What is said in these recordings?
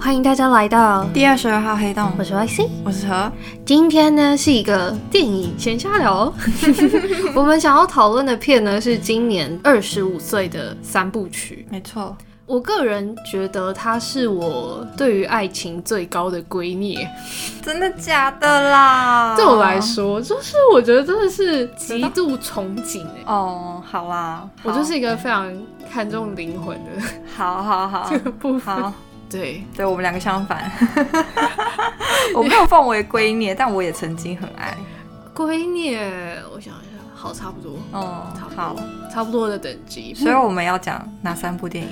欢迎大家来到，第二十二号黑洞，我是 YC。我是何，今天呢是一个电影闲瞎 聊，哦我们想要讨论的片呢是今年二十五岁的三部曲。没错，我个人觉得它是我对于爱情最高的归臬。真的假的啦？对我来，说，就是我觉得真的是极度憧憬、欸。哦，好啦，我就是一个非常看重灵魂的好好好这个部分。 好，对，对我们两个相反， 我没有奉为圭臬，但我也曾经很爱。归臬，我想一下，好，差不多，哦差不，多好，差不多的等级。所以我们要讲哪三部电影？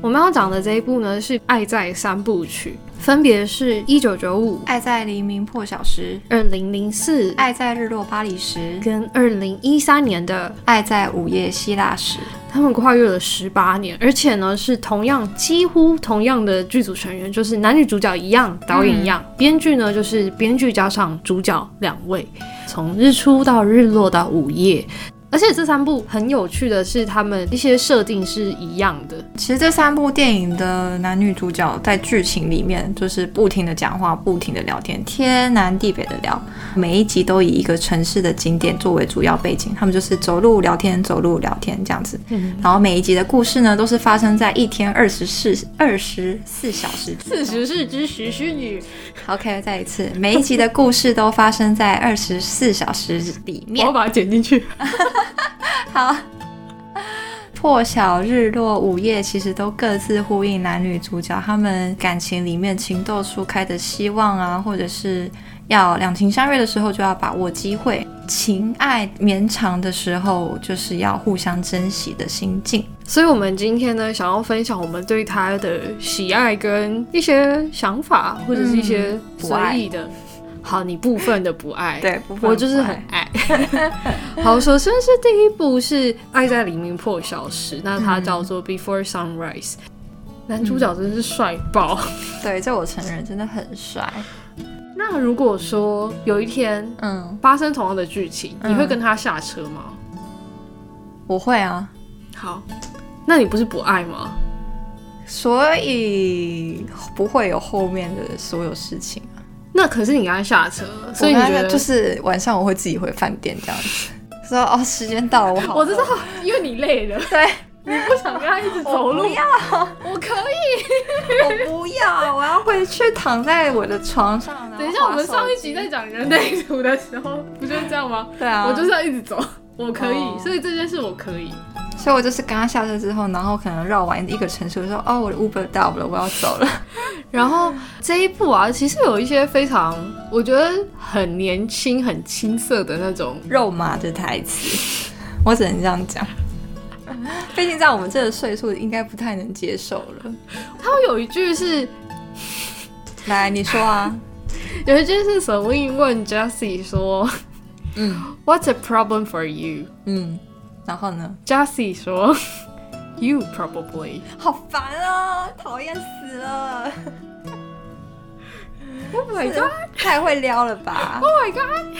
我们要讲的这一部呢是《爱在三部曲》，分别是一九九五、《爱在黎明破晓时》二零零四《爱在日落巴黎时》《跟二零一三年的，爱在午夜希腊时》。他们跨越了十八年，而且呢是同样几乎同样的剧组成员，就是男女主角一样，导演一样，编剧呢就是编剧加上主角两位，从日出到日落到午夜。而且这三部很有趣的是，他们一些设定是一样的，其实这三部电影的男女主角在剧情里面就是不停的讲话，不停的聊天，天南地北的聊。每一集都以一个城市的景点作为主要背景，他们就是走路聊天，走路聊天这样子。然后每一集的故事呢，都是发生在一天二十四二十四小时之中。是之徐虚女， OK，再一次，每一集的故事都发生在二十四小时里我面要。把它剪进去。好。破晓、日落、午夜，其实都各自呼应男女主角他们感情里面情窦初开的希望啊，或者是要两情相悦的时候就要把握机会，情爱绵长的时候就是要互相珍惜的心境。所以，我们今天呢，想要分享我们对他的喜爱跟一些想法，或者是一些随意的。好，你部分的不爱，嗯对，不我就是很爱。 好，首先是第一部是《爱在黎明破晓时》，那它叫做《Before Sunrise》。男主角真是帅爆！对，这我承认，真的很帅。那如果说有一天嗯，发生同样的剧情，嗯你会跟他下车吗？我会啊，好，那你不是不爱吗？所以不会有后面的所有事情。那可是你跟他下车，所以你我刚觉才得就是晚上我会自己回饭店这样子，说哦时间到了，我好饿，我知道，因为你累 了，对，你不想跟他一直 走我路不。要，哦我可以。我不要，我要回去躺在我的床上。 等一下，我们上一集集在讲人类图的时候，不就是这样吗？对啊，我就是要一直走，我可以哦，所以这件事我可以。所以我就是跟他下车之后，然后可能绕完一个城市，我说哦我的 Uber 到了，我要走了。 然后这一部啊，其实有一些非常我觉得很年轻、很青涩的那种。肉麻的台词， 我只能这样 讲。毕竟在我们这个岁数，应该不太能接受了。他们有一句是，来，你 说啊，有一句是 Celine 问 Jessie 说嗯，What's a problem for you？嗯，然后呢？ Jessie 说，You probably。好烦啊，讨厌死了！ Oh my 这 god！太会撩了吧！ Oh my god！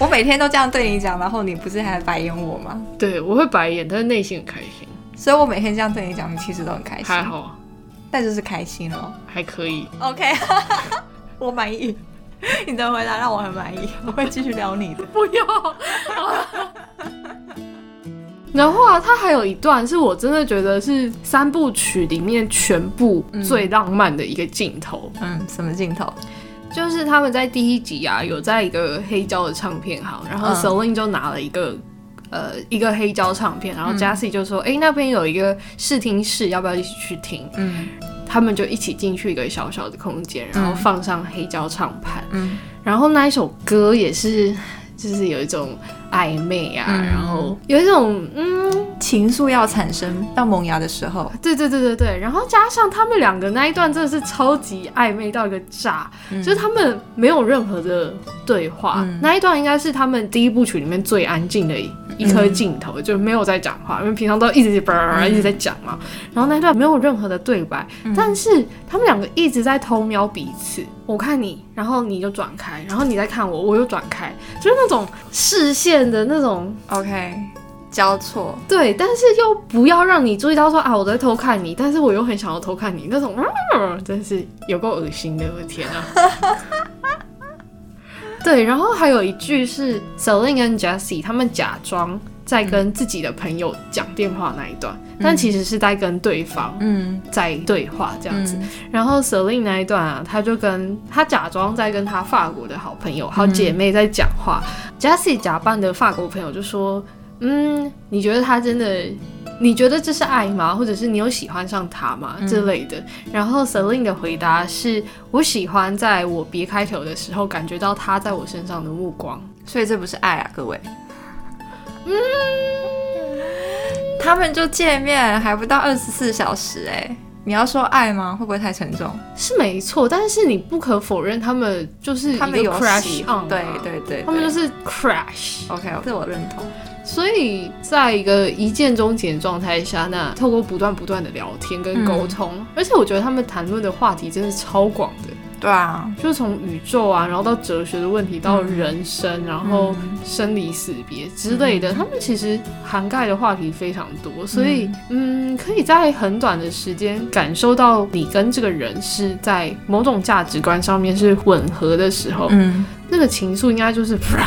我每天都这样对你讲，然后你不是还白眼我吗？对，我会白眼，但是内心很开心，所以我每天这样对你讲，你其实都很开心还，好，啊但就是开心咯。还可以。 OK，我满意。你的回答让我很满意，我会继续撩你的。不要。 然后啊，它还有一段是我真的觉得是三部曲里面全部最浪漫的一个镜头，嗯，什么镜头？就是他们在第一集啊，有在一个黑胶的唱片行，然后嗯 Celine 就拿了一个。呃，一个黑胶唱片，然后 Jessie 就说：“哎、那边有一个试听室，要不要一起去听？”嗯他们就一起进去一个小小的空间，然后放上黑胶唱盘，嗯然后那一首歌也是，就是有一种暧昧啊，嗯然后有一种嗯，情愫要产生要萌芽的时候，对对对对对，然后加上他们两个那一段真的是超级暧昧到一个炸，嗯就是他们没有任何的对话，嗯那一段应该是他们第一部曲里面最安静的一一颗镜头，嗯就没有在讲话，因为平常都一直叭一直在讲嘛，然后那一段没有任何的对白，嗯但是他们两个一直在偷瞄彼此，我看你，然后你就转开，然后你再看我，我又转开，就是那种视线的那种 OK，交错，对，但是又不要让你注意到说啊，我在偷看你，但是我又很想要偷看你，那种，嗯真是有够恶心的，我的天啊！对，然后还有一句是 Celine 跟 Jessie 他们假装在跟自己的朋友讲电话那一段，但其实是在跟对方嗯，在对话这这样样子。子，然后 Celine 那一段啊，她就跟她假装在跟她法国的好朋友、好姐妹在讲话。Jessie 假扮的法国朋友就说：“嗯，你觉得他真的？你觉得这是爱吗？或者是你有喜欢上他吗？嗯之类的。然后 Celine 的回答是：“我喜欢在我别开头的时候感觉到他在我身上的目光。所以这不是爱啊，各位。嗯他们就见面还不到二十四小时、哎，你要说爱吗？会不会太沉重？”是没错，但是你不可否认，他们就是一他们个有 crash 喜 on，啊、对对对，他们就是是 crash。 OK，这我认同。所以，在一个一见钟情的状态下，那透过不断不断的聊天跟嗯沟通，而且我觉得他们谈论的话题真的超广的，对啊，就是从宇宙啊，然后到哲学的问题，到人生，嗯然后生离死别之类的，他们其实涵盖的话题非常多，所以嗯，可以在很短的时间感受到你跟这个人是在某种价值观上面是吻合的时候，嗯，那个情愫应该就是啪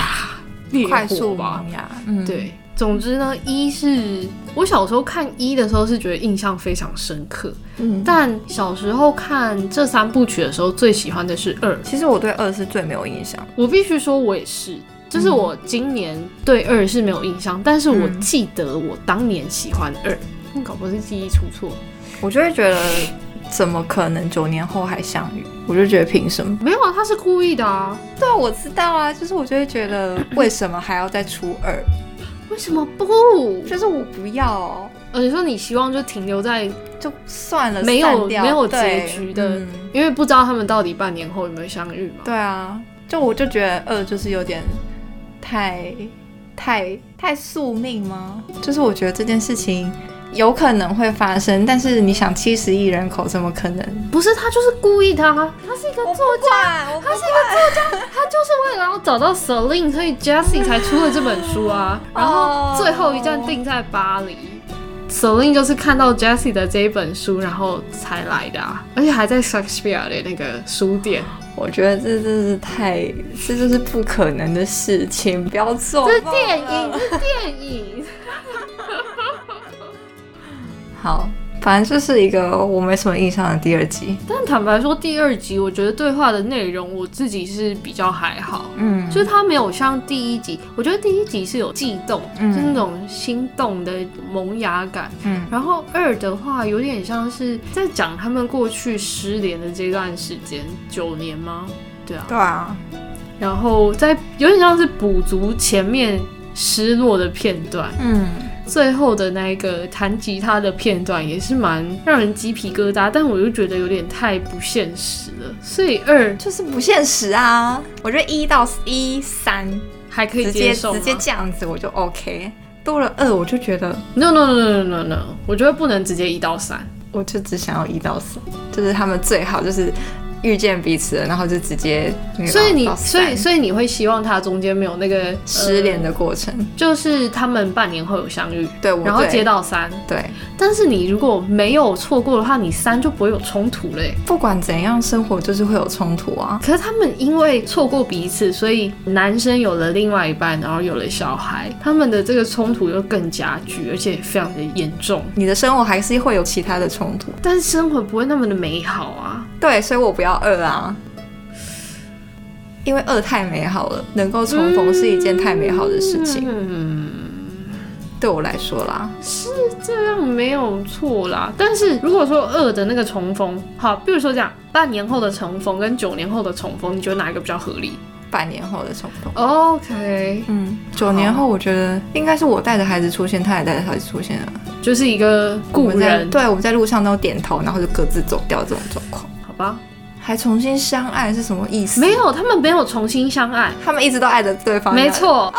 烈火快速吧，萌芽，嗯，，对，总之呢，一是我小时候看一的时候是觉得印象非常深刻，嗯。但小时候看这三部曲的时候，最喜欢的是二。其实我对二是最没有印象，我必须说，我也是，就是我今年对二是没有印象，但是我嗯记得我当年喜欢二。那搞不好是记忆出错，我就会觉得怎么可能九年后还相遇？我就觉得凭什么？没有啊，他是故意的啊，对啊，我知道啊，就是我就会觉得为什么还要再出二？为什么不？就是我不要、哦，而且说你希望就停留在，就算了，没有散掉没有对结局的嗯因为不知道他们到底半年后有没有相遇嘛。对啊，就我就觉得二就是有点太太太宿命吗？就是我觉得这件事情有可能会发生，但是你想七十亿人口怎么可能？不是，他就是故意的啊，他是一个作家，家，我不他就是为了要找到 Celine，所以 Jessie 才出了这本书啊。然后最后一站定在巴黎。Celine 就是看到 Jessie 的这一本书，然后才来的啊，而且还在 Shakespeare 的那个书店。我觉得这真是太，这就是不可能的事情，不要做。这是电啊影，这是电影。好，反正就是一个我没什么印象的第二集。但坦白说，第二集我觉得对话的内容我自己是比较还好，嗯，就是它没有像第一集，我觉得第一集是有悸动，嗯就是那种心动的萌芽感。嗯然后二的话，有点像是在讲他们过去失联的这段时间，九年吗？对啊。对啊，然后在有点像是补足前面失落的片段，嗯，最后的那一个弹吉他的片段也是蛮让人鸡皮疙瘩，但我又觉得有点太不现实了，所以二就是不现实啊。我觉得一到一三还可以直接接受吗直接这样子我就 OK，多了二我就觉得 no no no no no no，no，我觉得不能直接一到三。我就只想要一到三，就是他们最好就是遇见彼此了，然后就直接那个所以你到所三以所以你会希望它中间没有那个失的。呃联的过程，就是他们半年后有相遇，对我然后对接到三，对，但是你如果没有错过的话，你三就不会有冲突欸嘞。不管怎样生活就是会有冲突啊。可是他们因为错过彼此，所以男生有了另外一半，然后有了小孩，他们的这个冲突又更加剧，而且非常的严重。你的生活还是会有其他的冲突，但是生活不会那么的美好啊。对，所以我不要二啊，因为二太美好了，能够重逢是一件太美好的事情，嗯，对我来说啦，这样没有错啦。但是如果说二的那个重逢，好，比如说这样，半年后的重逢跟九年后的重逢，你觉得哪一个比较合理半年后的重逢。 ？OK，嗯，九年后我觉得应该是我带着孩子出现，他也带着孩子出现了。就是一个我故们在人，对，我们在路上都点头，然后就各自走掉这种状况，好吧？还重新相爱是什么意思？没，有，他们没有重新相爱，他们一直都爱着对方。没，错，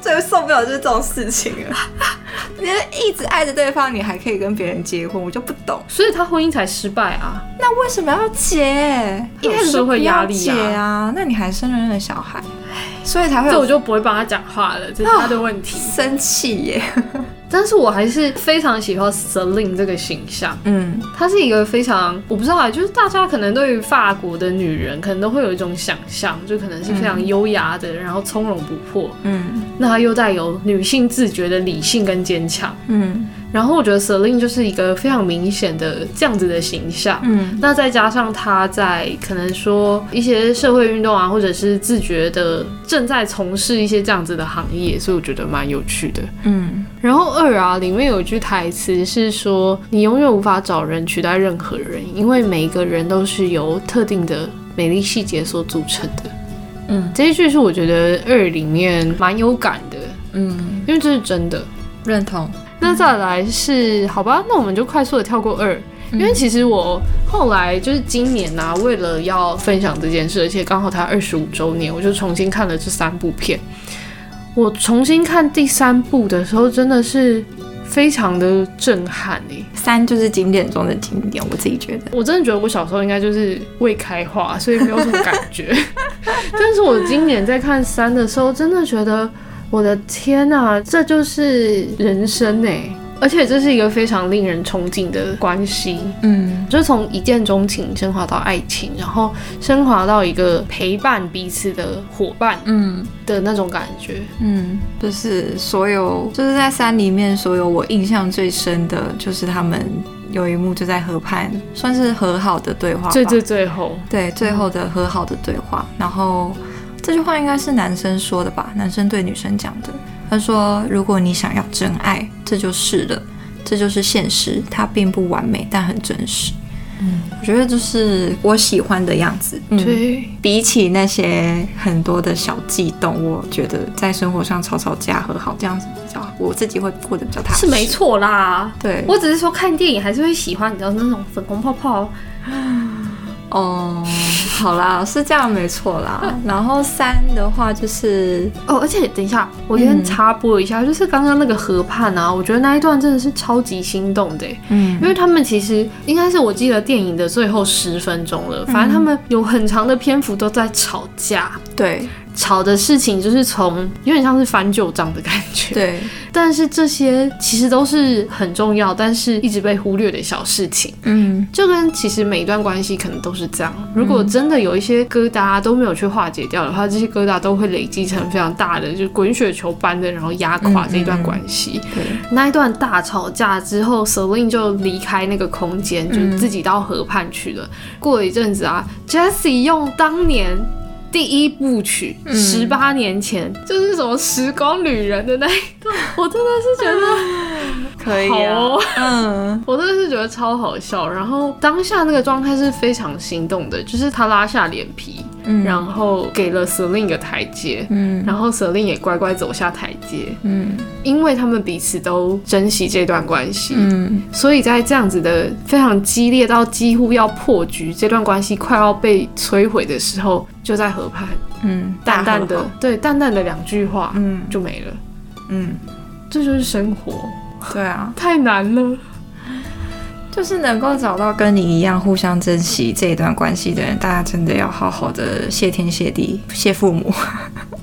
最受不了就是这种事情了。 你一直爱着对方，你还可以跟别人结婚，我就不懂，所以他婚姻才失败啊。那为什么要结？一有开始就社不会压要力啊结啊，那你还生了那个小孩，所以才会这我有就不会帮他讲话了，这是他的问题。生气耶。 但是我还是非常喜欢 Celine 这个形象，嗯，她是一个非常我不知道啊，就是大家可能对于法国的女人可能都会有一种想象，就可能是非常优雅的，然后从容不迫，嗯那她又带有女性自觉的理性跟坚强。嗯然后我觉得 Celine 就是一个非常明显的这样子的形象。嗯那再加上她在可能说一些社会运动啊，或者是自觉的正在从事一些这样子的行业，所以我觉得蛮有趣的。嗯，然后二啊，里面有一句台词是说：“你永远无法找人取代任何人，因为每一个人都是由特定的美丽细节所组成的。”嗯，这一句是我觉得二里面蛮有感的，嗯，因为这是真的。认同。那再来是好吧，那我们就快速的跳过二，因为其实我后来就是今年啊，为了要分享这件事，而且刚好它二十五周年，我就重新看了这三部片。我重新看第三部的时候，真的是非常的震撼欸诶、三就是经典中的经典，我自己觉得。我真的觉得我小时候应该就是未开化，所以没有什么感觉。 但是我今年在看三的时候，真的觉得我的天呐、这就是人生哎、而且这是一个非常令人憧憬的关系，嗯就是从一见钟情升华到爱情，然后升华到一个陪伴彼此的伙伴嗯的那种感觉。嗯，就是所有就是在三里面所有我印象最深的就是他们有一幕就在河畔，算是和好的对话吧。最最最后，对，最后的和好的对话。然后这句话应该是男生说的吧？男生对女生讲的。他说：“如果你想要真爱，这就是了，这就是现实，它并不完美，但很真实。”嗯，我觉得就是我喜欢的样子。嗯，对，比起那些很多的小悸动，我觉得在生活上吵吵架和好这样子比较，我自己会过得比较踏是实。没。错啦。对，我只是说看电影还是会喜欢，你知道那种粉红泡泡，哦，好啦，是这样没错 啦。然后三的话就是哦，而且等一下，我先插播一下，就是刚刚那个河畔啊，我觉得那一段真的是超级心动的欸，嗯因为他们其实应该是我记得电影的最后十分钟了，反正他们有很长的篇幅都在吵架，对吵的事情就是从有点像是翻旧账的感觉， 对，但是这些其实都是很重要，但是一直被忽略的小事情。嗯就跟其实每一段关系可能都是这样，如果真的有一些疙瘩都没有去化解掉的话，这些疙瘩都会累积成非常大的，就滚雪球般的，然后压垮这一段关系。对，那一段大吵架之后，Celine 就离开那个空间，就自己到河畔去了。过了一阵子啊，Jessie 用当年。第一部曲，十八年前、就是什么时光旅人的那一段，我真的是觉得可以好哦啊，嗯我真的是觉得超好笑，然后当下那个状态是非常心动的，就是他拉下脸皮，嗯然后给了 Selin 一个台阶，嗯然后 Selin 也乖乖走下台阶，嗯因为他们彼此都珍惜这段关系，嗯所以在这样子的非常激烈到几乎要破局，这段关系快要被摧毁的时候，就在河畔嗯，淡淡大的和好，对淡淡的两句话、嗯就没了，嗯，这就是生活，对啊，太难了。就是能够找到跟你一样互相珍惜这一段关系的人，大家真的要好好的谢天谢地，谢父母。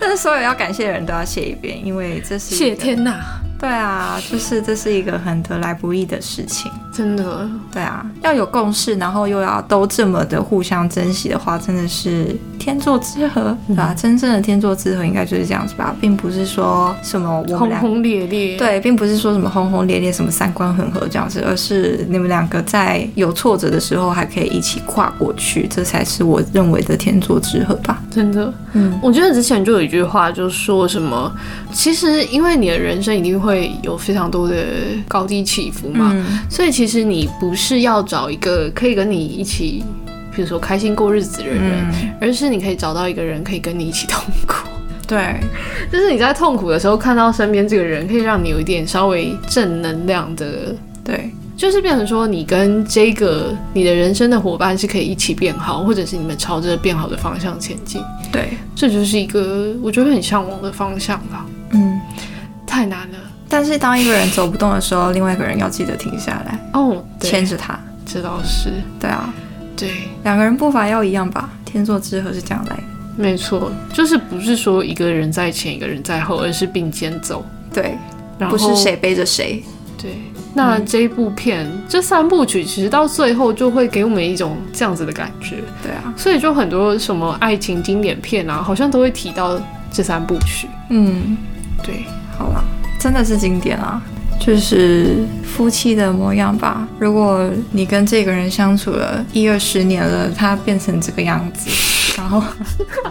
但是所有要感谢的人都要谢一遍，因为这是一谢个天呐，对啊，就是这是一个很得来不易的事情。真的对啊，要有共识，然后又要都这么的互相珍惜的话，真的是天作之合，嗯对吧、真正的天作之合应该就是这样子吧，并不是说什么我们轰俩轰烈烈，对，并不是说什么轰轰烈烈、什么三观很合这样子，而是你们两个在有挫折的时候还可以一起跨过去，这才是我认为的天作之合吧。真的，嗯，我觉得之前就有一句话，就说什么，其实因为你的人生一定会有非常多的高低起伏嘛，嗯所以其实你不是要找一个可以跟你一起，比如说开心过日子的人，嗯，而是你可以找到一个人可以跟你一起痛苦。 对，就是你在痛苦的时候看到身边这个人，可以让你有一点稍微正能量的，对，就是变成说你跟这个你的人生的伙伴是可以一起变好，或者是你们朝着变好的方向前进。对，这就是一个我觉得很向往的方向吧。嗯。太难了但是当一个人走不动的时候，另外一个人要记得停下来，哦，对牵，着他。这倒是对啊，对，两个人步伐要一样吧，天作之合是这样来的。没错，就是不是说一个人在前一个人在后，而是并肩走，对，然后不是谁嗯背着谁，对。那这一部片、这三部曲，其实到最后就会给我们一种这样子的感觉，对啊，所以就很多什么爱情经典片啊，好像都会提到这三部曲。嗯，对，好啦，真的是经典啊，就是夫妻的模样吧。如果你跟这个人相处了一二十年了，他变成这个样子，然后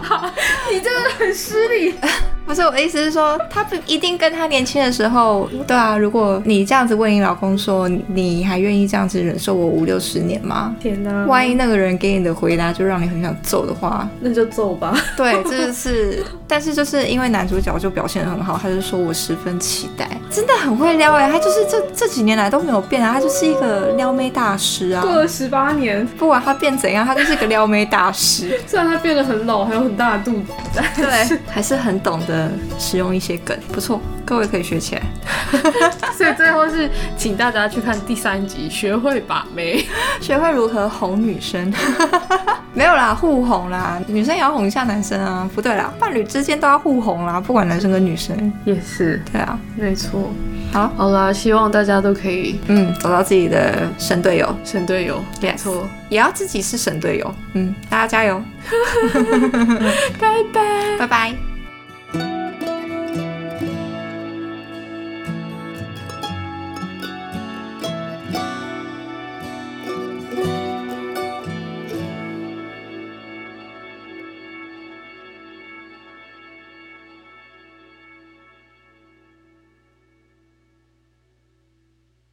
你真的很失礼。 不是我的意思是说，他不一定跟他年轻的时候，对啊。如果你这样子问你老公说，你还愿意这样子忍受我五六十年吗？天哪万一那个人给你的回答就让你很想揍的话，那就走吧。 对，这就是，但是就是因为男主角就表现得很好，他就说我十分期待，真的很会撩哎、他就是这这几年来都没有变啊，他就是一个撩妹大师啊，过了十八年，不管他变怎样，他就是个撩妹 大师，虽然他变得很老，还有很大的肚子，对， 还是很懂得使用一些梗，不错，各位可以学起来。 所以最后是请大家去看第三集，学会把妹。学会如何哄女生， 没有啦，互哄啦，女生也要哄一下男生啊，不对啦，伴侣之间都要互哄啦，不管男生跟女生，也是，对啊，没错。好好啦，希望大家都可以嗯，找到自己的神队友，神队友。 Yes 没错，也要 自己是神队友，嗯，大家加油， 拜拜。拜拜。